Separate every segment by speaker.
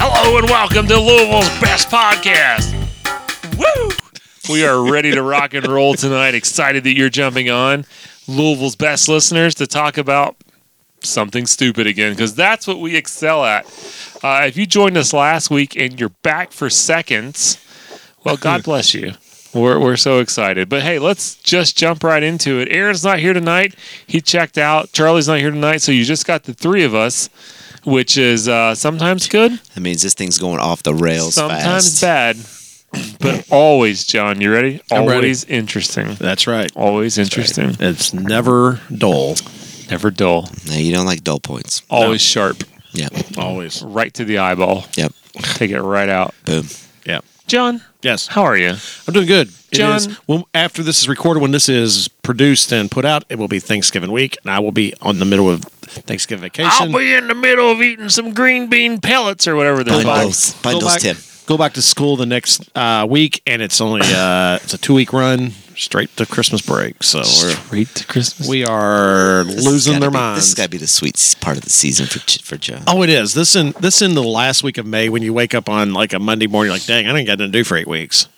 Speaker 1: welcome to Louisville's best podcast. Woo! We are ready to rock and roll tonight. Excited that you're jumping on Louisville's best listeners to talk about something stupid again because that's what we excel at. Uh, if you joined us last week and you're back for seconds, well, God bless you. We're, we're so excited. But hey, let's just jump right into it. Aaron's not here tonight. He checked out. Charlie's not here tonight. So you just got the three of us, which is uh, sometimes good,
Speaker 2: That means this thing's going off the rails
Speaker 1: sometimes
Speaker 2: fast.
Speaker 1: bad, but always, John, you ready?
Speaker 3: I'm ready.
Speaker 1: always interesting.
Speaker 3: That's right.
Speaker 1: Always interesting.
Speaker 3: It's never dull.
Speaker 1: Never dull.
Speaker 2: No, you don't like dull points.
Speaker 3: Oh.
Speaker 1: Always sharp.
Speaker 2: Yep.
Speaker 3: Always.
Speaker 1: Right to the eyeball.
Speaker 2: Yep.
Speaker 1: Take it right out.
Speaker 2: Boom.
Speaker 3: Yeah.
Speaker 1: John,
Speaker 3: Yes.
Speaker 1: how are you?
Speaker 3: I'm doing good. It
Speaker 1: John-
Speaker 3: is- when, after this is recorded, when this is produced and put out, it will be Thanksgiving week, and I will be on the middle of Thanksgiving vacation.
Speaker 1: I'll be in the middle of eating some green bean pellets or whatever they're called.
Speaker 2: Bundles.
Speaker 3: go
Speaker 2: Bundles,
Speaker 3: back,
Speaker 2: Tim.
Speaker 3: Go back to school the next uh, week, and it's only uh, it's a two week run straight to Christmas break. So we're,
Speaker 1: Straight to Christmas.
Speaker 3: we are
Speaker 2: This has
Speaker 3: losing
Speaker 2: gotta
Speaker 3: their
Speaker 2: be-
Speaker 3: minds.
Speaker 2: This has got to be the sweet s- part of the season for Ch- for Joe.
Speaker 3: Oh, it is. This in this in the last week of May when you wake up on like a Monday morning, you're like, dang, I didn't got nothing to do for eight weeks.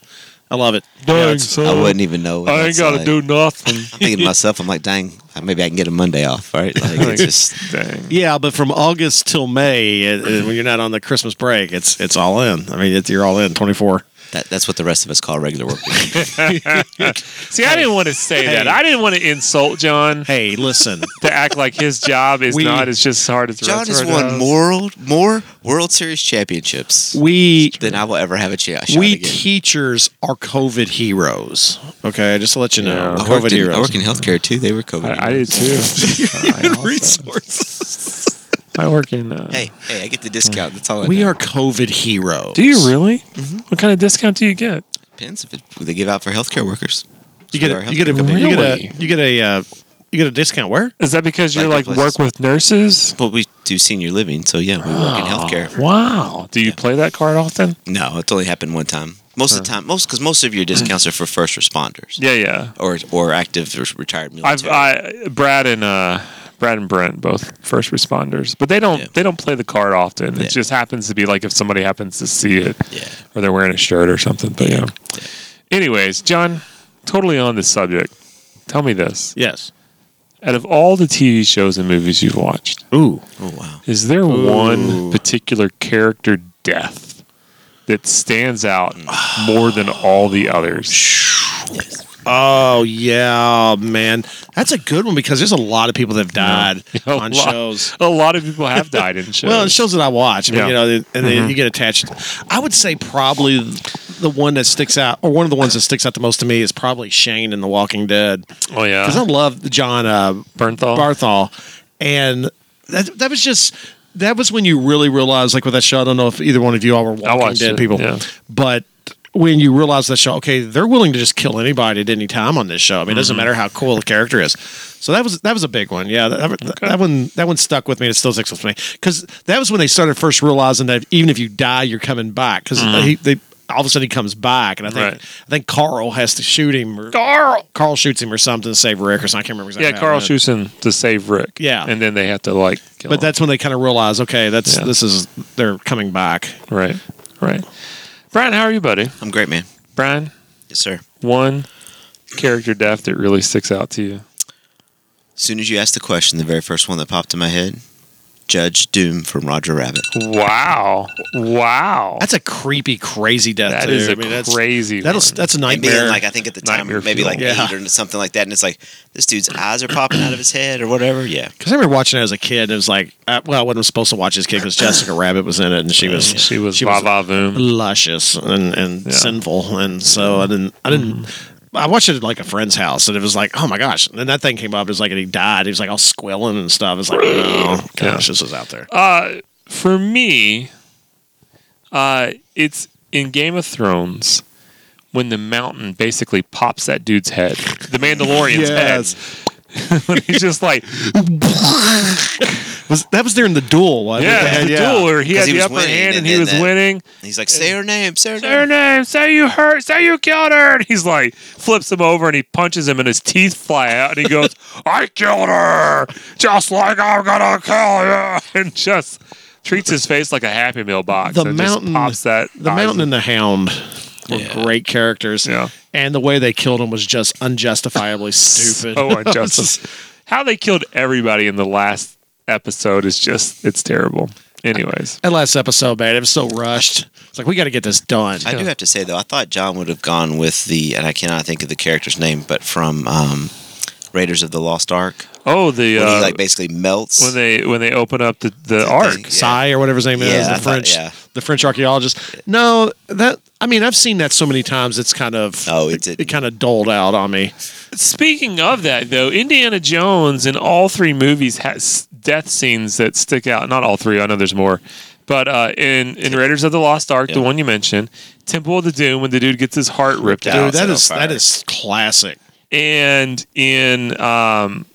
Speaker 3: I love it.
Speaker 1: Dang,
Speaker 3: Yeah, it's-
Speaker 1: son.
Speaker 2: I wouldn't even know. what
Speaker 1: I ain't
Speaker 2: that's
Speaker 1: got to
Speaker 2: like.
Speaker 1: do nothing.
Speaker 2: I'm thinking to myself, I'm like, dang, maybe I can get a Monday off, right? Like, it's just,
Speaker 1: Dang.
Speaker 3: yeah, but from August till May, it, it- when you're not on the Christmas break, it's it's all in. I mean, it, you're all in 24.
Speaker 2: that, that's what the rest of us call regular work. week.
Speaker 1: See, I didn't want to say
Speaker 3: Hey.
Speaker 1: that. I didn't want to insult John
Speaker 3: Hey, listen,
Speaker 1: to act like his job is
Speaker 3: We-
Speaker 1: not as just as hard as the
Speaker 2: John
Speaker 1: rest
Speaker 2: has
Speaker 1: of our
Speaker 2: won
Speaker 1: jobs.
Speaker 2: more, more World Series championships
Speaker 3: we
Speaker 2: than I will ever have a chance.
Speaker 3: we
Speaker 2: again.
Speaker 3: teachers are COVID heroes. Okay, just to let you know,
Speaker 1: Yeah.
Speaker 2: I
Speaker 3: we're
Speaker 2: worked,
Speaker 3: COVID
Speaker 2: in, I
Speaker 3: heroes.
Speaker 2: work in healthcare too. They were COVID.
Speaker 1: I, I did too.
Speaker 2: resources.
Speaker 1: I work in. Uh,
Speaker 2: Hey, hey, I get the discount. That's all I
Speaker 3: We
Speaker 2: know.
Speaker 3: are COVID heroes.
Speaker 1: Do you really? What kind of discount do you get?
Speaker 2: Depends if it, they give out for healthcare workers.
Speaker 3: You get
Speaker 2: Our
Speaker 3: a, you get a
Speaker 2: healthcare company.
Speaker 3: you get a
Speaker 1: Really?
Speaker 3: you get a uh, you get a discount where?
Speaker 1: Is that because you're
Speaker 2: Like
Speaker 1: like,
Speaker 2: the
Speaker 1: work with nurses?
Speaker 2: Well, we do senior living, so yeah, we work in
Speaker 1: Ah.
Speaker 2: healthcare.
Speaker 1: Wow. Do you play that card often?
Speaker 2: No, it's only happened one time. Most of the time, most because most of your discounts are for first responders
Speaker 1: Yeah, yeah.
Speaker 2: or or active or retired
Speaker 1: I've
Speaker 2: military.
Speaker 1: I Brad and uh Brad and Brent both first responders, but they don't
Speaker 2: Yeah.
Speaker 1: they don't play the card often.
Speaker 2: Yeah.
Speaker 1: It just happens to be like if somebody happens to see it
Speaker 2: yeah,
Speaker 1: or they're wearing a shirt or something. But yeah. Anyways, John, totally on this subject. Tell me this:
Speaker 3: Yes.
Speaker 1: out of all the TV shows and movies you've watched,
Speaker 3: Ooh.
Speaker 2: oh wow,
Speaker 1: is there one
Speaker 3: Ooh.
Speaker 1: particular character death that stands out more than all the others?
Speaker 2: yes.
Speaker 3: Oh yeah, man, that's a good one because there's a lot of people that have died
Speaker 1: A
Speaker 3: on
Speaker 1: lot-
Speaker 3: shows.
Speaker 1: A lot of people have died in shows.
Speaker 3: Well, in shows that I watch, I mean,
Speaker 1: Yeah.
Speaker 3: you know, and then you get attached. I would say probably the one that sticks out, or one of the ones that sticks out the most to me, is probably Shane in The Walking Dead
Speaker 1: oh yeah,
Speaker 3: because I love John uh,
Speaker 1: Bernthal.
Speaker 3: Barthol, and that that was just that was when you really realized, like with that show. I don't know if either one of you all were Walking
Speaker 1: watched
Speaker 3: Dead
Speaker 1: it,
Speaker 3: people,
Speaker 1: yeah.
Speaker 3: but when you realize that show, okay, they're willing to just kill anybody at any time on this show. I mean, it doesn't
Speaker 1: Mm-hmm.
Speaker 3: matter how cool the character is. So that was that was a big one. Yeah, that, that- that one that one stuck with me. and It still sticks with me because that was when they started first realizing that even if you die, you're coming back because he they. All of a sudden, he comes back, and I think
Speaker 1: Mm-hmm. Right.
Speaker 3: I think Carl has to shoot him. Or,
Speaker 1: Carl.
Speaker 3: Carl shoots him or something to save Rick or something. I can't remember exactly.
Speaker 1: Yeah,
Speaker 3: how it
Speaker 1: Carl
Speaker 3: went.
Speaker 1: shoots him to save Rick.
Speaker 3: Yeah.
Speaker 1: and then they have to like. Kill
Speaker 3: But
Speaker 1: him.
Speaker 3: that's when they kind of realize, okay, that's
Speaker 1: Yeah.
Speaker 3: this is they're coming back.
Speaker 1: right, right. Brian, how are you, buddy?
Speaker 2: I'm great, man.
Speaker 1: Brian,
Speaker 2: Yes, sir.
Speaker 1: one character death that really sticks out to you.
Speaker 2: As soon as you asked the question, the very first one that popped in my head, Judge Doom from Roger Rabbit.
Speaker 1: Wow, wow.
Speaker 3: That's a creepy, crazy death.
Speaker 1: That
Speaker 3: too.
Speaker 1: is
Speaker 3: I
Speaker 1: a
Speaker 3: mean, that's,
Speaker 1: crazy.
Speaker 3: That'll
Speaker 1: one.
Speaker 3: that's a
Speaker 2: And being
Speaker 3: nightmare.
Speaker 2: like I think at the time,
Speaker 1: Nightmare
Speaker 2: maybe like
Speaker 3: fuel.
Speaker 2: eight or something like that, and it's like this dude's eyes are popping out of his head or whatever. Yeah,
Speaker 3: because I remember watching it as a kid. and It was like, uh, well, I wasn't supposed to watch this kid because Jessica Rabbit was in it, and she was
Speaker 1: she was va va voom.
Speaker 3: luscious and and
Speaker 1: Yeah. Mm-hmm.
Speaker 3: sinful, and so I didn't I didn't. I watched it at like a friend's house, and it was like, oh my gosh! And then that thing came up. It was like, and he died. He was like all squilling and stuff. It's like, oh gosh,
Speaker 1: Yeah.
Speaker 3: this was out there.
Speaker 1: Uh, for me, uh, it's in Game of Thrones when the mountain basically pops that dude's head, the Mandalorian's
Speaker 3: Yes.
Speaker 1: head. when he's just like,
Speaker 3: Was that was during the duel? wasn't it?
Speaker 1: yeah, the duel where he had
Speaker 2: 'Cause he
Speaker 1: the
Speaker 2: was
Speaker 1: upper
Speaker 2: winning,
Speaker 1: hand
Speaker 2: and
Speaker 1: and he
Speaker 2: then
Speaker 1: was
Speaker 2: that-
Speaker 1: winning.
Speaker 2: and he's like, say her name, say her
Speaker 1: Say her
Speaker 2: name.
Speaker 1: name. Say you hurt. Say you killed her. And he's like, flips him over and he punches him and his teeth fly out. And he goes, I killed her. Just like I'm going to kill you. And just treats his face like a Happy Meal box.
Speaker 3: The
Speaker 1: and
Speaker 3: mountain-
Speaker 1: just pops that.
Speaker 3: The
Speaker 1: eyes-
Speaker 3: Mountain and the Hound were
Speaker 2: Yeah.
Speaker 3: great characters.
Speaker 1: Yeah.
Speaker 3: And the way they killed him was just unjustifiably stupid.
Speaker 1: So unjust. How they killed everybody in the last episode is just it's terrible. Anyways,
Speaker 3: that last episode, man, it was so rushed. It's like we got to get this done.
Speaker 2: I do have to say though, I thought John would have gone with the, and I cannot think of the character's name, but from um, Raiders of the Lost Ark,
Speaker 1: oh the
Speaker 2: when
Speaker 1: uh,
Speaker 2: he like basically melts.
Speaker 1: when they when they open up the the ark.
Speaker 2: yeah.
Speaker 3: Psy or whatever his name
Speaker 2: Yeah,
Speaker 3: is,
Speaker 2: I
Speaker 3: the
Speaker 2: thought-
Speaker 3: French,
Speaker 2: yeah.
Speaker 3: the French archaeologist. No, that I mean, I've seen that so many times. It's kind of
Speaker 2: Oh, it
Speaker 3: it,
Speaker 2: didn't.
Speaker 3: kind of doled out on me.
Speaker 1: Speaking of that, though, Indiana Jones in all three movies has death scenes that stick out. Not all three, I know there's more. But uh, in, in Raiders of the Lost Ark, the
Speaker 2: Yeah.
Speaker 1: one you mentioned, Temple of the Doom, when the dude gets his heart ripped
Speaker 2: Dude,
Speaker 1: out.
Speaker 3: Dude,
Speaker 2: set
Speaker 3: that
Speaker 2: on
Speaker 3: is
Speaker 2: fire.
Speaker 3: that is classic.
Speaker 1: And in um,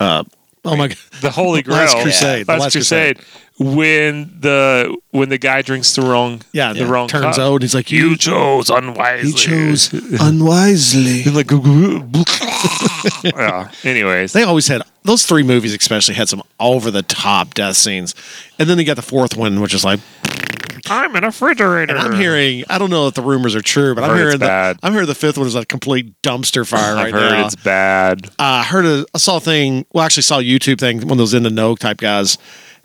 Speaker 3: Oh my god,
Speaker 1: the Holy Grail,
Speaker 3: Last Crusade, the
Speaker 1: Last
Speaker 3: Last
Speaker 1: Crusade, when the when the guy drinks the wrong
Speaker 3: yeah,
Speaker 1: the wrong
Speaker 3: turns
Speaker 1: cup.
Speaker 3: out he's like
Speaker 1: You
Speaker 3: you.
Speaker 1: chose unwisely.
Speaker 3: unwisely.
Speaker 1: You're like, yeah. Anyways,
Speaker 3: They always had those three movies, especially had some over the top death scenes, and then they got the fourth one, which is like
Speaker 1: I'm in a refrigerator.
Speaker 3: I'm hearing. I don't know if the rumors are true, but I'm
Speaker 1: Mm. Heard it's
Speaker 3: hearing
Speaker 1: bad.
Speaker 3: the, I'm hearing the fifth one is a complete dumpster fire
Speaker 1: I've
Speaker 3: right
Speaker 1: heard
Speaker 3: now.
Speaker 1: it's bad.
Speaker 3: I heard a I saw a thing. Well, actually, saw a YouTube thing. One of those in the know type guys,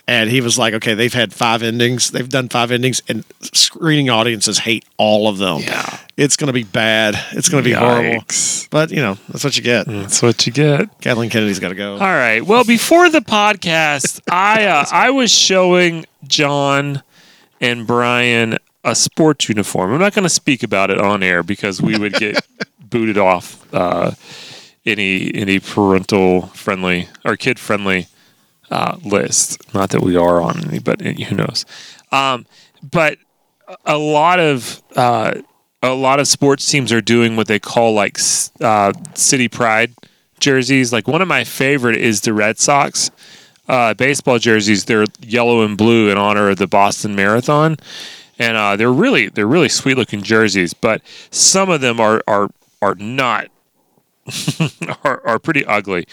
Speaker 3: and he was like, "Okay, they've had five endings. They've done five endings, and screening audiences hate all of them.
Speaker 1: Yeah.
Speaker 3: it's going to be bad. It's going to be horrible.
Speaker 1: Yikes. Mm.
Speaker 3: But you know, that's what you get.
Speaker 1: That's what you get.
Speaker 3: Kathleen Kennedy's got to go.
Speaker 1: All right. Well, before the podcast, I uh, I was showing John and Brian a sports uniform. I'm not going to speak about it on air because we would get booted off uh, any any parental friendly or kid friendly uh, list. Not that we are on any, but who knows. Um, but a lot of uh, a lot of sports teams are doing what they call like s- uh, city pride jerseys. Like one of my favorite is the Red Sox uh, baseball jerseys. They're yellow and blue in honor of the Boston Marathon, and uh, they're really they're really sweet looking jerseys. But some of them are are are not are, are pretty ugly.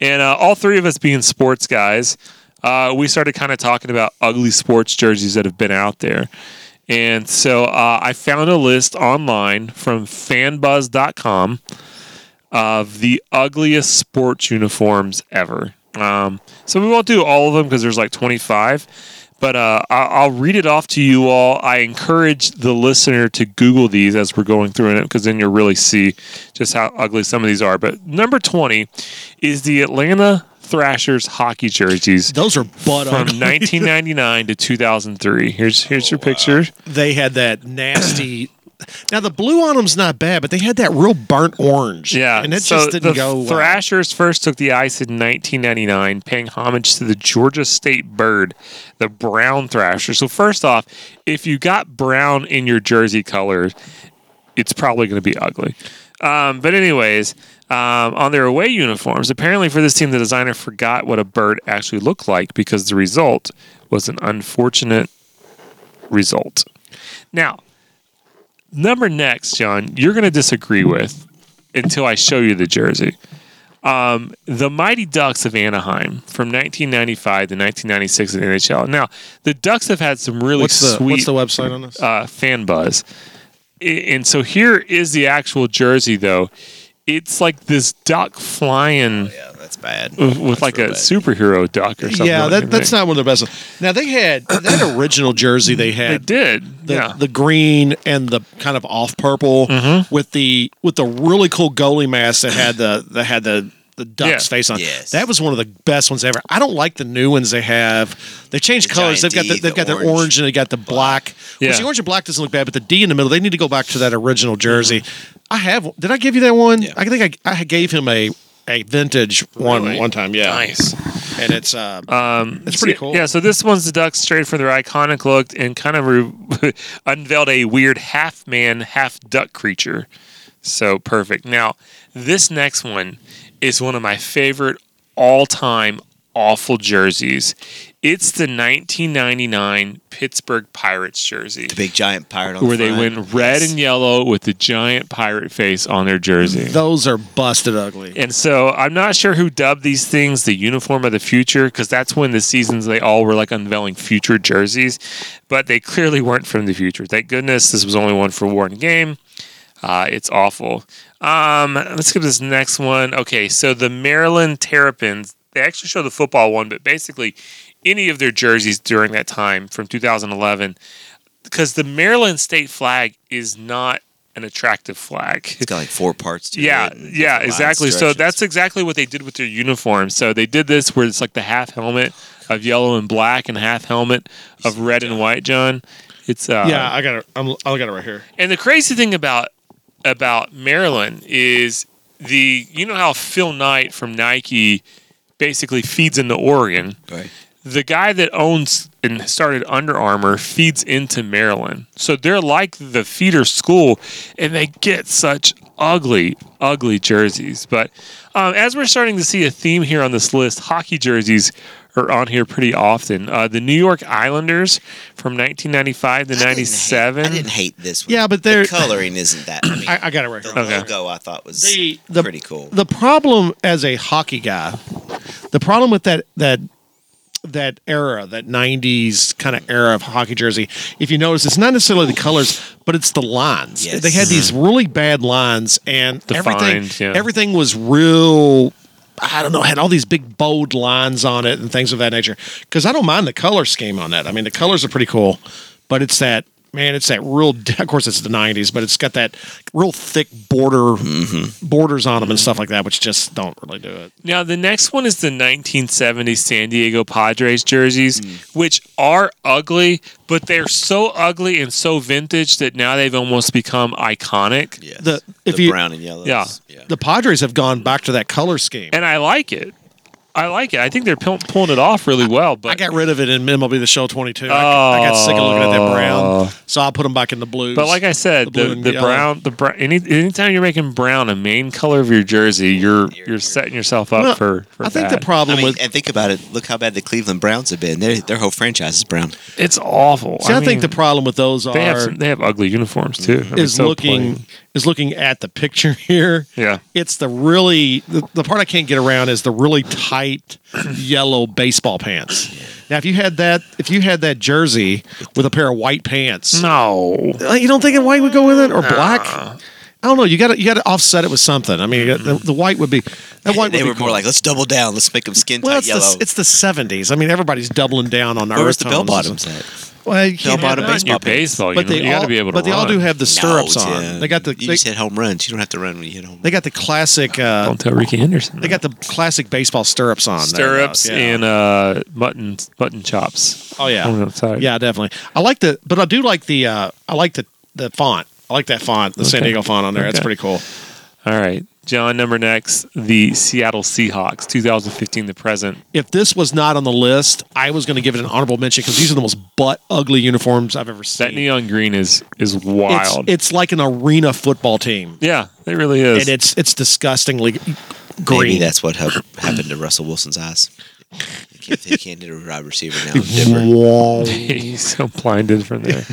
Speaker 1: And uh, all three of us being sports guys, uh, we started kind of talking about ugly sports jerseys that have been out there. And so uh, I found a list online from fanbuzz.com of the ugliest sports uniforms ever. Um, so we won't do all of them because there's like 25, but uh, I- I'll read it off to you all. I encourage the listener to Google these as we're going through it because then you'll really see just how ugly some of these are. But number 20 is the Atlanta Thrashers hockey jerseys.
Speaker 3: Those are butt
Speaker 1: From
Speaker 3: ugly.
Speaker 1: 1999 to 2003. Here's here's your picture.
Speaker 3: They had that nasty. Now the blue on them's not bad, but they had that real burnt orange.
Speaker 1: Yeah,
Speaker 3: and it
Speaker 1: so
Speaker 3: just didn't
Speaker 1: the
Speaker 3: go. well.
Speaker 1: Thrashers first took the ice in 1999, paying homage to the Georgia State bird, the brown thrasher. So first off, if you got brown in your jersey color, it's probably going to be ugly. Um, but anyways, um, on their away uniforms, apparently for this team, the designer forgot what a bird actually looked like because the result was an unfortunate result. Now, number next, John, you're going to disagree with until I show you the jersey. Um, the Mighty Ducks of Anaheim from 1995 to 1996 in the NHL. Now, the Ducks have had some really
Speaker 3: What's the
Speaker 1: sweet
Speaker 3: what's the website on this?
Speaker 1: uh, fan buzz. I- And so here is the actual jersey, though. It's like this duck flying
Speaker 2: yeah, that's bad.
Speaker 3: Oh,
Speaker 1: with, with like a
Speaker 2: real bad.
Speaker 1: superhero duck or something.
Speaker 3: yeah,
Speaker 1: like
Speaker 3: that, that's
Speaker 1: think.
Speaker 3: not one of the best. Ones. Now they had that original jersey they
Speaker 1: They
Speaker 3: had.
Speaker 1: did.
Speaker 3: The,
Speaker 1: yeah.
Speaker 3: the green and the kind of off purple
Speaker 1: Mm-hmm.
Speaker 3: with the with the really cool goalie mask that had the that had the the duck's
Speaker 1: Yeah.
Speaker 3: face on.
Speaker 2: Yes.
Speaker 3: That was one of the best ones ever. I don't like the new ones they have. They changed
Speaker 2: The
Speaker 3: colors. They've
Speaker 2: giant
Speaker 3: got the,
Speaker 2: D,
Speaker 3: they've
Speaker 2: the
Speaker 3: got the
Speaker 2: orange,
Speaker 3: orange and they got the black.
Speaker 1: Yeah.
Speaker 3: Which the orange and black doesn't look bad, but the D in the middle. They need to go back to that original jersey. I have. Did I give you that one?
Speaker 2: Mm-hmm. Yeah.
Speaker 3: I think I, I gave him a a vintage one
Speaker 1: Really?
Speaker 3: one time. Yeah,
Speaker 1: nice.
Speaker 3: and it's uh, um it's pretty
Speaker 1: So-
Speaker 3: cool.
Speaker 1: Yeah, so this one's the Ducks straight from their iconic look and kind of re- unveiled a weird half man, half duck creature. So perfect. Now, this next one is one of my favorite all time awful jerseys. It's the 1999 Pittsburgh Pirates jersey
Speaker 2: The big giant pirate on
Speaker 1: where
Speaker 2: the
Speaker 1: they
Speaker 2: front.
Speaker 1: went red and yellow with the giant pirate face on their jersey.
Speaker 3: Those are busted ugly.
Speaker 1: And so I'm not sure who dubbed these things the uniform of the future because that's when the seasons they all were like unveiling future jerseys, but they clearly weren't from the future. Thank goodness this was only one for one game. Uh, it's awful. Um, let's skip this next one. Okay, so the Maryland Terrapins, they actually show the football one, but basically any of their jerseys during that time from 2011, because the Maryland state flag is not an attractive flag.
Speaker 2: It's got like four parts to
Speaker 1: Yeah,
Speaker 2: it. and
Speaker 1: yeah,
Speaker 2: different lines,
Speaker 1: exactly. So
Speaker 2: directions.
Speaker 1: that's exactly what they did with their uniforms. So they did this where it's like the half helmet of yellow and black and half helmet of red and white, John. It's uh,
Speaker 3: yeah, I got it. I'm, I got it right here.
Speaker 1: And the crazy thing about about Maryland is the you know how Phil Knight from Nike basically feeds into Oregon.
Speaker 2: Right.
Speaker 1: The guy that owns and started Under Armour feeds into Maryland. So they're like the feeder school and they get such ugly, ugly jerseys. But um, as we're starting to see a theme here on this list, hockey jerseys are on here pretty often. Uh, the New York Islanders from 1995 to
Speaker 2: I didn't hate-
Speaker 1: 97.
Speaker 2: I didn't hate this one.
Speaker 3: Yeah, but
Speaker 2: the
Speaker 3: they're-
Speaker 2: coloring isn't that. I mean,
Speaker 3: I, I got it right
Speaker 2: the
Speaker 3: here.
Speaker 1: Okay.
Speaker 2: logo I thought was
Speaker 3: The- the-
Speaker 2: pretty cool.
Speaker 3: The problem as a hockey guy, the problem with that that that era, that '90s kind of era of hockey jersey, if you notice, it's not necessarily the colors, but it's the lines.
Speaker 2: Yes.
Speaker 3: They had these really bad lines, and
Speaker 1: Defined,
Speaker 3: everything
Speaker 1: yeah.
Speaker 3: everything was real. I don't know, had all these big bold lines on it and things of that nature. Because I don't mind the color scheme on that. I mean, the colors are pretty cool, but it's that man, it's that real. Of course, it's the '90s, but it's got that real thick border
Speaker 1: Mm-hmm.
Speaker 3: borders on them and stuff like that, which just don't really do it.
Speaker 1: Now the next one is the 1970 San Diego Padres jerseys,
Speaker 3: Mm.
Speaker 1: which are ugly, but they're so ugly and so vintage that now they've almost become iconic.
Speaker 2: yes.
Speaker 3: the- if
Speaker 2: the
Speaker 3: you-
Speaker 2: brown and yellow.
Speaker 1: Yeah.
Speaker 3: The Padres have gone back to that color scheme.
Speaker 1: And I like it. I like it. I think they're pull- pulling it off really well. But
Speaker 3: I got rid of it in MLB The Show 22. I, I got sick of looking at that brown, so I put them back in the blues.
Speaker 1: Oh. But like I said,
Speaker 3: The
Speaker 1: the,
Speaker 3: blue
Speaker 1: the,
Speaker 3: and yellow.
Speaker 1: brown, the brown. Any anytime you're making brown a main color of your jersey, you're you're setting yourself up
Speaker 3: Well,
Speaker 1: for, for.
Speaker 3: I think
Speaker 1: bad.
Speaker 3: the problem
Speaker 2: I mean,
Speaker 3: with
Speaker 2: and think about it. Look how bad the Cleveland Browns have been. Their their whole franchise is brown.
Speaker 1: it's awful.
Speaker 3: see, I, think the
Speaker 1: mean,
Speaker 3: problem with those
Speaker 1: they
Speaker 3: are
Speaker 1: have some, they have ugly uniforms too. I mean,
Speaker 3: is
Speaker 1: so
Speaker 3: looking
Speaker 1: plain.
Speaker 3: is looking at the picture here.
Speaker 1: Yeah.
Speaker 3: It's the really the, the part I can't get around is the really tight yellow baseball pants. Now, if you had that, if you had that jersey with a pair of white pants,
Speaker 1: No.
Speaker 3: Uh, You don't think a white would go with it or black? I don't know. You got to you got to offset it with something. I mean, you got- the, the white would be that white.
Speaker 2: They
Speaker 3: would
Speaker 2: were
Speaker 3: be
Speaker 2: more
Speaker 3: cool.
Speaker 2: like, let's double down. Let's make them skin tight
Speaker 3: well, it's
Speaker 2: yellow.
Speaker 3: the it's the seventies. I mean, everybody's doubling down on
Speaker 2: Where
Speaker 3: earth
Speaker 2: was the bell
Speaker 3: tones.
Speaker 2: bottoms at?
Speaker 3: Well, you can't
Speaker 2: Bell-bottom
Speaker 3: have that.
Speaker 1: Not in your
Speaker 2: baseball pants.
Speaker 1: baseball,
Speaker 3: But
Speaker 1: you,
Speaker 3: they
Speaker 1: know, you
Speaker 3: all
Speaker 1: gotta be able to.
Speaker 3: but they all
Speaker 1: run.
Speaker 3: do have the stirrups
Speaker 2: No,
Speaker 3: on.
Speaker 2: Tim.
Speaker 3: They got the
Speaker 2: You
Speaker 3: they,
Speaker 2: just hit home runs. You don't have to run when you hit home.
Speaker 3: they got the classic. Uh,
Speaker 1: Don't tell Ricky Henderson.
Speaker 3: they got the classic baseball stirrups on. there, though.
Speaker 1: stirrups
Speaker 3: Yeah.
Speaker 1: and uh, mutton mutton chops.
Speaker 3: Oh yeah,
Speaker 1: on the outside.
Speaker 3: yeah, definitely. I like the, but I do like the, uh, I like the the font. I like that font, the San
Speaker 1: Okay.
Speaker 3: Diego font on there. That's
Speaker 1: Okay.
Speaker 3: pretty cool.
Speaker 1: All right, John. Number next, the Seattle Seahawks, 2015 to present.
Speaker 3: if this was not on the list, I was going to give it an honorable mention because these are the most butt ugly uniforms I've ever seen.
Speaker 1: That neon green is is
Speaker 3: it's,
Speaker 1: wild.
Speaker 3: it's like an arena football team,
Speaker 1: yeah, it really is.
Speaker 3: and it's it's disgustingly green.
Speaker 2: Maybe that's what hap- happened to Russell Wilson's eyes. He can't, he can't hit a wide receiver now. It's different.
Speaker 1: He's so blinded from there.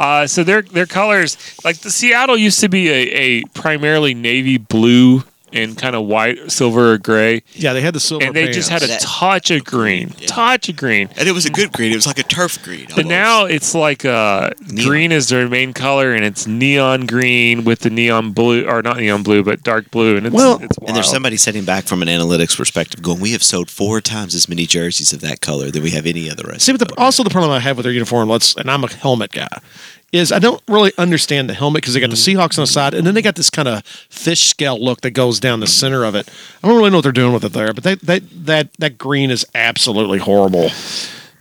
Speaker 1: uh, so their their colors, like the Seattle used to be a, a primarily navy blue and kind of white, silver or gray,
Speaker 3: yeah, they had the silver.
Speaker 1: and they just had
Speaker 3: pants.
Speaker 1: a
Speaker 2: That-
Speaker 1: touch of green, touch of green.
Speaker 2: And it was a good green. It was like a turf green.
Speaker 1: But now it's like uh,
Speaker 2: Neon.
Speaker 1: green is their main color, and it's neon green with the neon blue, or not neon blue, but dark blue, and it's,
Speaker 3: Well-
Speaker 1: it's wild.
Speaker 2: And there's somebody sitting back from an analytics perspective going, we have sold four times as many jerseys of that color than we have any other.
Speaker 3: See, but the, also the problem I have with their uniform, let's, and I'm a helmet guy, is I don't really understand the helmet because they got the
Speaker 2: Mm-hmm.
Speaker 3: Seahawks on the side, and then they got this kind of fish scale look that goes down the center of it. I don't really know what they're doing with it there, but that that that that green is absolutely horrible.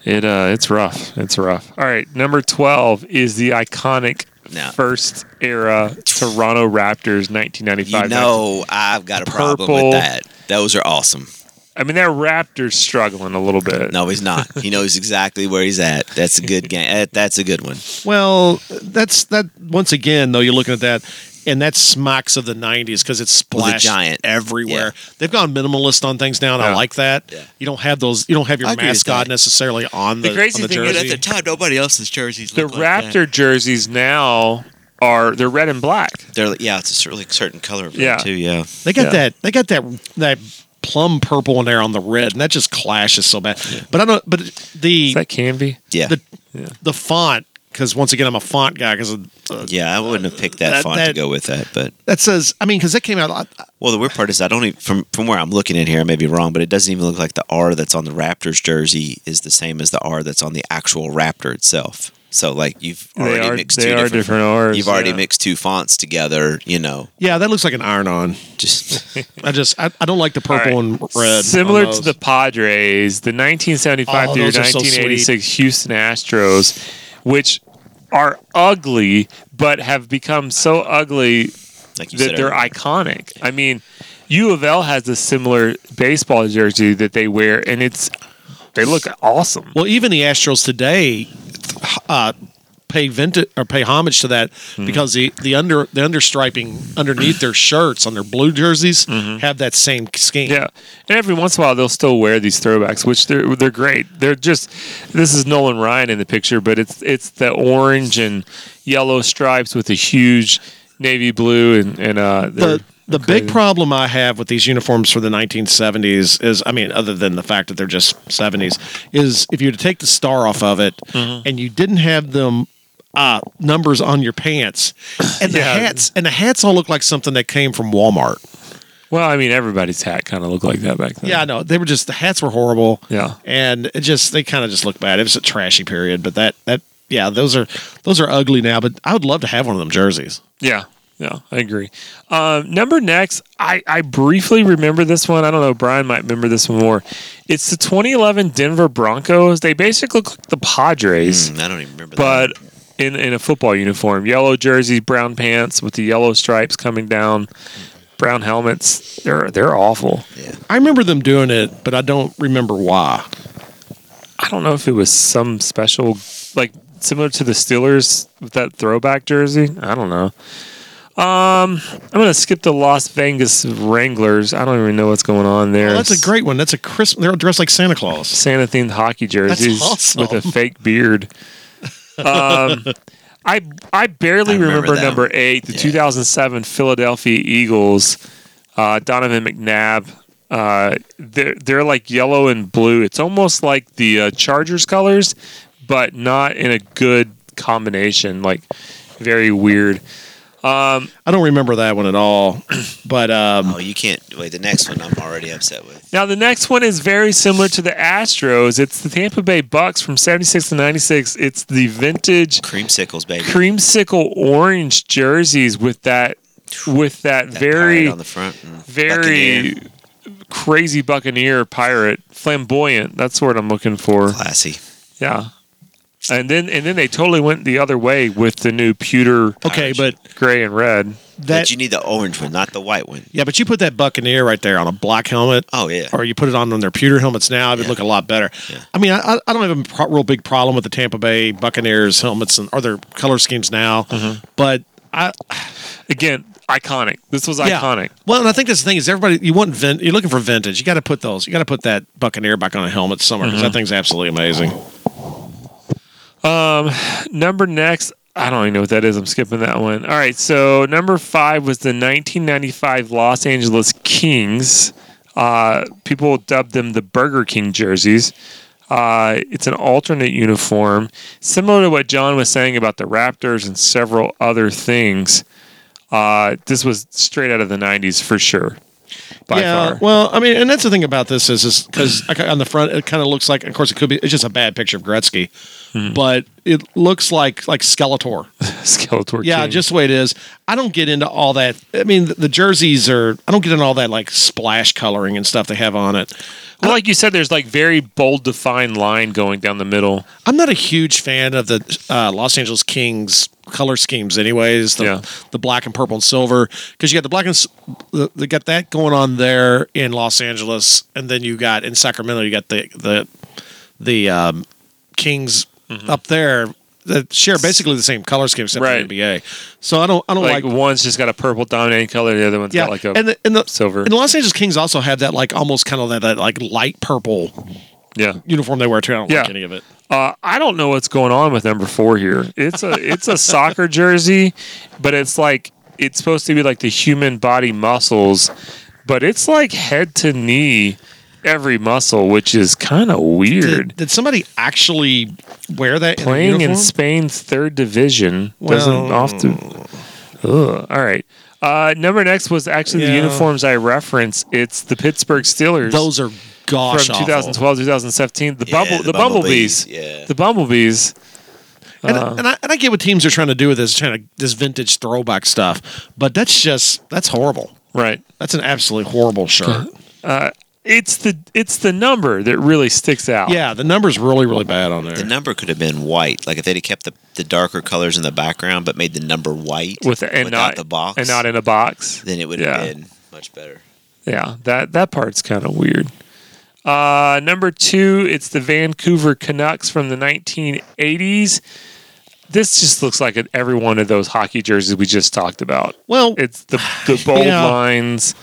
Speaker 1: it uh, it's rough. It's rough. All right, number twelve is the iconic
Speaker 2: No.
Speaker 1: first era Toronto Raptors, 1995.
Speaker 2: You know, I've got a problem
Speaker 1: Purple.
Speaker 2: with that. Those are awesome.
Speaker 1: I mean that Raptors struggling a little bit.
Speaker 2: No, he's not. He knows exactly where he's at. That's a good game. eh, That's a good one.
Speaker 3: Well, that's that once again though you're looking at that and that smacks of the '90s because it's
Speaker 2: With a
Speaker 3: splashed
Speaker 2: giant.
Speaker 3: everywhere. They've gone minimalist on things now, and I
Speaker 1: Yeah.
Speaker 3: like that.
Speaker 2: Yeah.
Speaker 3: You don't have those. You don't have your
Speaker 2: I agree with
Speaker 3: mascot
Speaker 2: that.
Speaker 3: necessarily on the,
Speaker 1: The crazy
Speaker 3: on the
Speaker 1: thing
Speaker 2: But
Speaker 1: is
Speaker 3: jersey.
Speaker 2: at the time, nobody else's jerseys.
Speaker 1: The
Speaker 2: looked like that.
Speaker 1: Raptor jerseys now are they're red and black.
Speaker 2: They're yeah, it's a certainly certain color of red,
Speaker 1: Yeah.
Speaker 2: too. Yeah,
Speaker 3: They got
Speaker 1: Yeah.
Speaker 3: that. They got that that plum purple in there on the red, and that just clashes so bad. But I don't. But the
Speaker 1: Is that Canby?
Speaker 2: yeah,
Speaker 3: the
Speaker 1: Yeah.
Speaker 3: the font because once again I'm a font guy because
Speaker 2: yeah. I wouldn't have picked that,
Speaker 3: That-
Speaker 2: font to
Speaker 3: that-
Speaker 2: go with that, but
Speaker 3: that says I mean because that came out. I-
Speaker 2: well, the weird part is I don't even from from where I'm looking at here. I may be wrong, but it doesn't even look like the R that's on the Raptors jersey is the same as the R that's on the actual Raptor itself. So like you've
Speaker 1: They
Speaker 2: already
Speaker 1: are
Speaker 2: mixed
Speaker 1: they
Speaker 2: two
Speaker 1: are
Speaker 2: different.
Speaker 1: different R's.
Speaker 2: you've already
Speaker 1: yeah.
Speaker 2: mixed two fonts together. You know,
Speaker 3: Yeah, that looks like an iron on.
Speaker 2: just
Speaker 3: I just I, I don't like the purple
Speaker 1: All
Speaker 3: and red.
Speaker 1: Similar
Speaker 3: on
Speaker 1: to the
Speaker 3: those.
Speaker 1: Padres, the 1975
Speaker 3: Oh,
Speaker 1: through
Speaker 3: those are so
Speaker 1: 1986 Houston Astros, which are ugly but have become so ugly
Speaker 2: like you
Speaker 1: that
Speaker 2: said,
Speaker 1: they're
Speaker 2: earlier.
Speaker 1: iconic. I mean, U of L has a similar baseball jersey that they wear, and it's they look awesome.
Speaker 3: well, even the Astros today uh, pay vintage or pay homage to that
Speaker 1: Hmm.
Speaker 3: because the the under the understriping underneath their shirts on their blue jerseys have that same scheme.
Speaker 1: Mm-hmm. Yeah, and every once in a while they'll still wear these throwbacks, which they're they're great. They're just this is Nolan Ryan in the picture, but it's it's the orange and yellow stripes with a huge navy blue and and uh they're-
Speaker 3: the the
Speaker 1: crazy.
Speaker 3: big problem I have with these uniforms for the 1970s is, I mean, other than the fact that they're just 70s, is if you were to take the star off of it
Speaker 1: Mm-hmm.
Speaker 3: and you didn't have them uh, numbers on your pants, and the
Speaker 1: Yeah.
Speaker 3: hats and the hats all look like something that came from Walmart.
Speaker 1: well, I mean everybody's hat kind of looked like that back then.
Speaker 3: Yeah, I know they were just the hats were horrible.
Speaker 1: Yeah.
Speaker 3: and it just they kind of just looked bad. It was a trashy period, but that that yeah, those are those are ugly now. But I would love to have one of them jerseys.
Speaker 1: yeah, yeah, I agree. Um, number next, I I briefly remember this one. I don't know, Brian might remember this one more. It's the 2011 Denver Broncos. They basically look like the Padres.
Speaker 3: Hmm.
Speaker 2: Mm, I don't even remember.
Speaker 1: but
Speaker 2: that.
Speaker 1: in in a football uniform, yellow jerseys, brown pants with the yellow stripes coming down, brown helmets. They're they're awful.
Speaker 3: I remember them doing it, but I don't remember why.
Speaker 1: I don't know if it was some special like similar to the Steelers with that throwback jersey. I don't know. Um, I'm gonna skip the Las Vegas Wranglers. I don't even know what's going on there.
Speaker 3: Well, that's a great one. That's a Christmas. They're all dressed like Santa Claus.
Speaker 1: Santa themed hockey jerseys
Speaker 3: awesome.
Speaker 1: with a fake beard. Um, I I barely
Speaker 2: I remember
Speaker 1: remember,
Speaker 2: that
Speaker 1: number
Speaker 2: one.
Speaker 1: eight, the
Speaker 2: Yeah.
Speaker 1: 2007 Philadelphia Eagles, uh, Donovan McNabb. Uh, they're they're like yellow and blue. It's almost like the uh, Chargers colors, but not in a good combination. Like very weird.
Speaker 3: I don't remember that one at all. But um,
Speaker 2: oh, you can't wait. The next one I'm already upset with.
Speaker 1: Now the next one is very similar to the Astros. It's the Tampa Bay Bucks from 76 to 96. It's the vintage
Speaker 2: Creamsicles, baby.
Speaker 1: creamsicle orange jerseys with that with that,
Speaker 2: That
Speaker 1: very
Speaker 2: pirate on the front.
Speaker 1: mm.
Speaker 2: and
Speaker 1: very
Speaker 2: Buccaneer.
Speaker 1: crazy buccaneer pirate flamboyant that's what i'm looking for
Speaker 2: classy.
Speaker 1: yeah and then and then they totally went the other way with the new pewter
Speaker 3: okay, but
Speaker 1: gray and red
Speaker 3: that
Speaker 2: but you need the orange one, not the white one.
Speaker 3: yeah, but you put that Buccaneer right there on a black helmet.
Speaker 2: Oh yeah.
Speaker 3: Or you put it on on their pewter helmets now, it would look a lot better. I mean, I, I- I don't have a pro- real big problem with the Tampa Bay Buccaneers helmets and or their color schemes now,
Speaker 2: Mm-hmm.
Speaker 3: but I
Speaker 1: again iconic this was
Speaker 3: yeah.
Speaker 1: iconic
Speaker 3: Well, and I think that's the thing is everybody you want vin- you're looking for vintage. You got to put those. You got to put that Buccaneer back on a helmet somewhere because
Speaker 2: Mm-hmm.
Speaker 3: that thing's absolutely amazing.
Speaker 1: number next I don't even know what that is. I'm skipping that one. All right. So number five was the 1995 Los Angeles Kings. Uh, people dubbed them the Burger King jerseys. Uh, it's an alternate uniform, similar to what John was saying about the Raptors and several other things. Uh, this was straight out of the 90s for sure. By far.
Speaker 3: Well, I mean, and that's the thing about this is is because on the front it kind of looks like. Of course, it could be. It's just a bad picture of Gretzky,
Speaker 1: Hmm.
Speaker 3: but it looks like like Skeletor.
Speaker 1: Skeletor
Speaker 3: Yeah,
Speaker 1: King.
Speaker 3: just the way it is. I don't get into all that. I mean, the, the jerseys are. I don't get into all that like splash coloring and stuff they have on it.
Speaker 1: Well, like you said, there's like very bold, defined line going down the middle.
Speaker 3: I'm not a huge fan of the uh, Los Angeles Kings color schemes, anyways. The,
Speaker 1: Yeah.
Speaker 3: the black and purple and silver, because you got the black and s- the, they got that going on there in Los Angeles, and then you got in Sacramento, you got the the the um, Kings up there that share basically the same color scheme except
Speaker 1: Mm-hmm. Right.
Speaker 3: for the NBA. So I don't I don't
Speaker 1: Like,
Speaker 3: like,
Speaker 1: one's just got a purple dominating color, the other one's
Speaker 3: yeah,
Speaker 1: got like a
Speaker 3: and the, and the
Speaker 1: silver.
Speaker 3: And the Los Angeles Kings also have that like almost kind of that, that like light purple
Speaker 1: yeah.
Speaker 3: uniform they wear too. I don't
Speaker 1: Yeah.
Speaker 3: like any of it.
Speaker 1: Uh, I don't know what's going on with number four here. It's a it's a soccer jersey, but it's like it's supposed to be like the human body muscles, but it's like head to knee every muscle, which is kind of weird.
Speaker 3: Did, did somebody actually wear that in a
Speaker 1: Playing in
Speaker 3: uniform?
Speaker 1: Spain's third division doesn't
Speaker 3: Well-
Speaker 1: often. Ugh. All right. Uh, number next was actually the
Speaker 3: Yeah.
Speaker 1: uniforms I reference. It's the Pittsburgh Steelers.
Speaker 3: Those are gosh
Speaker 1: from
Speaker 3: awful.
Speaker 1: 2012 2017 the
Speaker 2: Yeah,
Speaker 1: bubble the,
Speaker 2: the
Speaker 1: bumblebees,
Speaker 2: Bumblebees, yeah.
Speaker 1: the bumblebees
Speaker 3: And, and, I, and I get what teams are trying to do with this, trying to this vintage throwback stuff, but that's just that's horrible.
Speaker 1: right
Speaker 3: That's an absolutely horrible shirt.
Speaker 1: it's the it's the number that really sticks out
Speaker 3: yeah, the number's really really bad on there.
Speaker 2: The number could have been white. Like if they'd have kept the, the darker colors in the background, but made the number white
Speaker 1: with and
Speaker 2: without
Speaker 1: not
Speaker 2: the box,
Speaker 1: and not in a box
Speaker 2: then it would
Speaker 1: yeah.
Speaker 2: have been much better.
Speaker 1: yeah that that part's kind of weird uh number two it's the vancouver canucks from the 1980s this just looks like it- every one of those hockey jerseys we just talked about
Speaker 3: well,
Speaker 1: it's the the bold
Speaker 3: Yeah.
Speaker 1: lines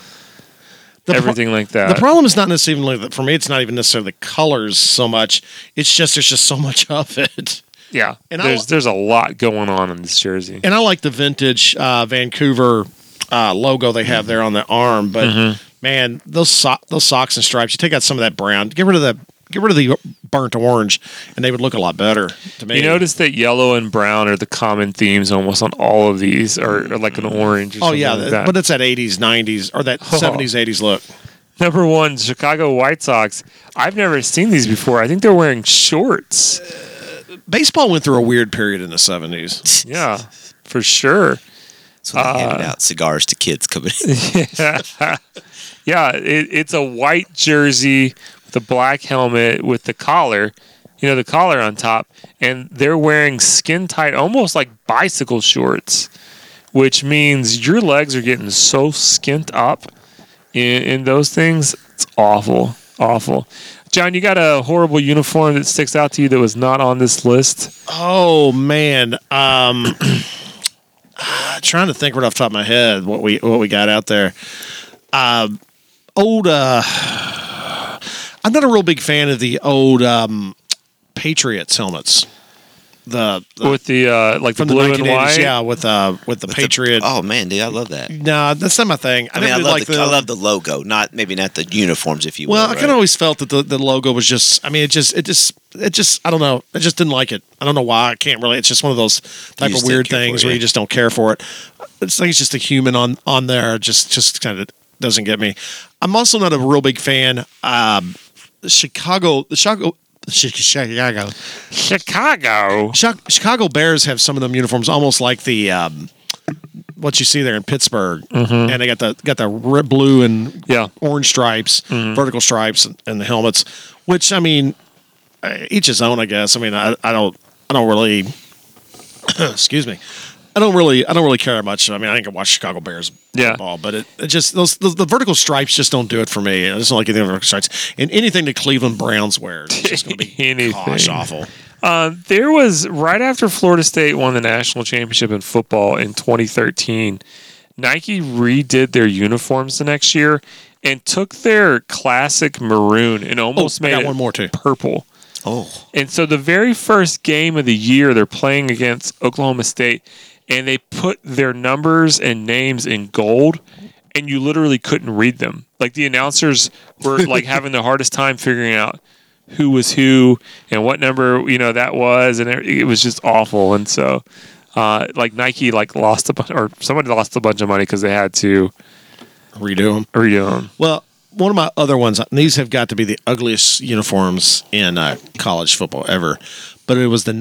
Speaker 3: the pro-
Speaker 1: everything like that
Speaker 3: the problem is not necessarily that for me. It's not even necessarily the colors so much. It's just there's just so much of it.
Speaker 1: yeah
Speaker 3: And I'll-
Speaker 1: there's there's a lot going on in this jersey
Speaker 3: And I like the vintage uh, Vancouver uh, logo they have there on the arm, but
Speaker 1: Mm-hmm.
Speaker 3: man, those so- those socks and stripes. You take out some of that brown, get rid of the get rid of the burnt orange, and they would look a lot better to me.
Speaker 1: You notice that yellow and brown are the common themes almost on all of these, or, or like an orange. Or
Speaker 3: Oh yeah,
Speaker 1: like that.
Speaker 3: but it's that '80s, '90s, or that '70s, '80s look.
Speaker 1: number one, Chicago White Sox. I've never seen these before. I think they're wearing shorts.
Speaker 3: Baseball went through a weird period in the '70s.
Speaker 1: Yeah, for sure.
Speaker 2: That's when they
Speaker 1: Uh,
Speaker 2: handed out cigars to kids coming in.
Speaker 1: Yeah, it, it's a white jersey with a black helmet with the collar, you know, the collar on top, and they're wearing skin tight, almost like bicycle shorts, which means your legs are getting so skint up in, in those things. It's awful, awful. John, you got a horrible uniform that sticks out to you that was not on this list.
Speaker 3: Oh man, um, ah, trying to think right off the top of my head what we what we got out there. Uh, old, uh, I'm not a real big fan of the old um, Patriots helmets. The, the-
Speaker 1: With the uh, like the
Speaker 3: from the
Speaker 1: blue and
Speaker 3: 1980s,
Speaker 1: white,
Speaker 3: yeah, with uh, with the
Speaker 2: With the-
Speaker 3: Patriot.
Speaker 2: oh man, dude, I love that.
Speaker 3: No, that's not my thing.
Speaker 2: I mean, I
Speaker 3: never did
Speaker 2: love the, I love the logo, not maybe not the uniforms, if you
Speaker 3: Well,
Speaker 2: will.
Speaker 3: I kind of always felt that the, the logo was just. I mean, it just, it just, it just. I don't know. I just didn't like it. I don't know why. I can't really. It's just one of those type of
Speaker 2: just
Speaker 3: weird
Speaker 2: didn't care
Speaker 3: things
Speaker 2: for it,
Speaker 3: where
Speaker 2: yeah.
Speaker 3: you just don't care for it. It's like it's just a human on on there. Just just kind of doesn't get me. I'm also not a real big fan. Um, Chicago, the Chicago. Chi- Chicago,
Speaker 1: Chicago.
Speaker 3: Chi- Chicago Bears have some of them uniforms, almost like the um, what you see there in Pittsburgh,
Speaker 2: Mm-hmm.
Speaker 3: and they got the got the red, blue, and
Speaker 1: Yeah,
Speaker 3: orange stripes,
Speaker 1: Mm-hmm.
Speaker 3: vertical stripes, and, and the helmets. Which I mean, uh, each his own, I guess. I mean, I, I don't, I don't really. excuse me. I don't really, I don't really care much. I mean, I think I watch Chicago Bears
Speaker 1: Yeah.
Speaker 3: football, but it, it just those the, the vertical stripes just don't do it for me. I just don't like anything vertical stripes and anything the Cleveland Browns wear. It's just going to be
Speaker 1: Anything.
Speaker 3: gosh awful.
Speaker 1: There was right after Florida State won the national championship in football in 2013. Nike redid their uniforms the next year and took their classic maroon and almost
Speaker 3: Oh, I
Speaker 1: made
Speaker 3: got
Speaker 1: it
Speaker 3: one more, too.
Speaker 1: purple.
Speaker 2: oh,
Speaker 1: And so the very first game of the year, they're playing against Oklahoma State, and they put their numbers and names in gold, and you literally couldn't read them. Like the announcers were like having the hardest time figuring out who was who and what number you know that was, and it it was just awful. And so, uh, like Nike, like lost a bunch, or somebody lost a bunch of money because they had to
Speaker 3: Redo them.
Speaker 1: redo them.
Speaker 3: Well, one of my other ones, and these have got to be the ugliest uniforms in uh, college football ever, but it was the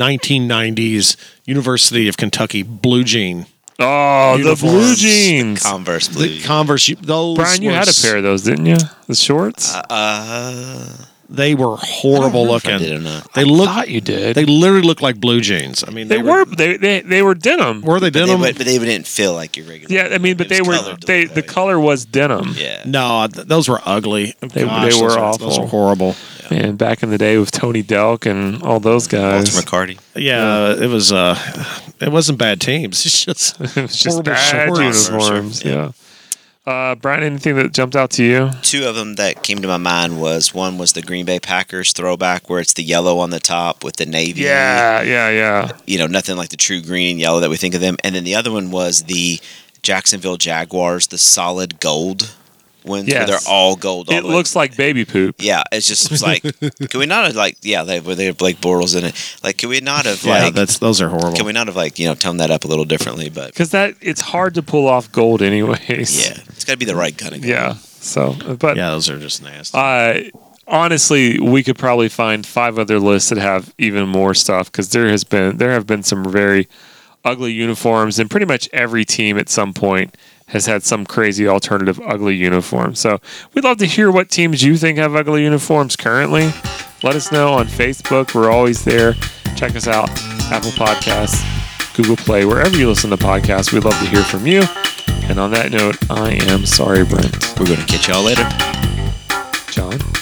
Speaker 3: 1990s University of Kentucky blue jean.
Speaker 1: Oh,
Speaker 3: Beautiful.
Speaker 1: the blue jeans.
Speaker 2: Converse
Speaker 3: The
Speaker 2: blue.
Speaker 3: Converse, you- those.
Speaker 1: Brian, you
Speaker 3: were
Speaker 1: had a
Speaker 3: s-
Speaker 1: pair of those, didn't you? The shorts.
Speaker 2: uh,
Speaker 3: They were horrible
Speaker 2: if I
Speaker 3: looking.
Speaker 2: did or not.
Speaker 3: They look.
Speaker 4: thought you did.
Speaker 3: They literally looked like blue jeans. I mean,
Speaker 1: They were they they, they were denim.
Speaker 3: Were they
Speaker 2: But they,
Speaker 3: denim?
Speaker 2: but they didn't feel like your regular.
Speaker 1: yeah, I mean, but
Speaker 2: It
Speaker 1: they
Speaker 2: was
Speaker 1: were
Speaker 2: colored to
Speaker 1: they
Speaker 2: look
Speaker 1: the
Speaker 2: like-
Speaker 1: color was denim.
Speaker 2: Yeah.
Speaker 3: no, th- those were ugly.
Speaker 1: They-
Speaker 3: Gosh,
Speaker 1: they were
Speaker 3: those Those
Speaker 1: awful.
Speaker 3: were horrible.
Speaker 1: And back in the day with Tony Delk and all those guys,
Speaker 2: Walter McCarty.
Speaker 3: Yeah, it was. uh It wasn't bad teams. It's just
Speaker 1: it was just
Speaker 3: horrible
Speaker 1: bad
Speaker 3: shorts.
Speaker 1: uniforms. Yeah. Uh, Brian, anything that jumped out to you?
Speaker 2: Two of them that came to my mind was one was the Green Bay Packers throwback where it's the yellow on the top with the navy.
Speaker 1: Yeah, yeah, yeah.
Speaker 2: You know, nothing like the true green and yellow that we think of them. And then the other one was the Jacksonville Jaguars, the solid gold ones where
Speaker 1: Yes.
Speaker 2: they're all gold. All
Speaker 1: It
Speaker 2: the way
Speaker 1: looks like baby poop.
Speaker 2: Yeah, it's just it's like, can we not have like, yeah, they were they have Blake Bortles in it. Like, can we not have
Speaker 3: yeah,
Speaker 2: like,
Speaker 3: that's those are horrible.
Speaker 2: can we not have like, you know, toned that up a little differently? But
Speaker 1: Because that it's hard to pull off gold, anyways.
Speaker 2: yeah, it's got to be the right kind of. gold.
Speaker 1: Yeah. So, but
Speaker 3: yeah, those are just nasty.
Speaker 1: uh, honestly, we could probably find five other lists that have even more stuff because there has been there have been some very ugly uniforms, and pretty much every team at some point has had some crazy alternative ugly uniform. So we'd love to hear what teams you think have ugly uniforms currently. Let us know on Facebook. We're always there. Check us out. Apple Podcasts, Google Play, wherever you listen to podcasts. We'd love to hear from you. And on that note, I am sorry, Brent.
Speaker 2: We're going to catch y'all later.
Speaker 1: John.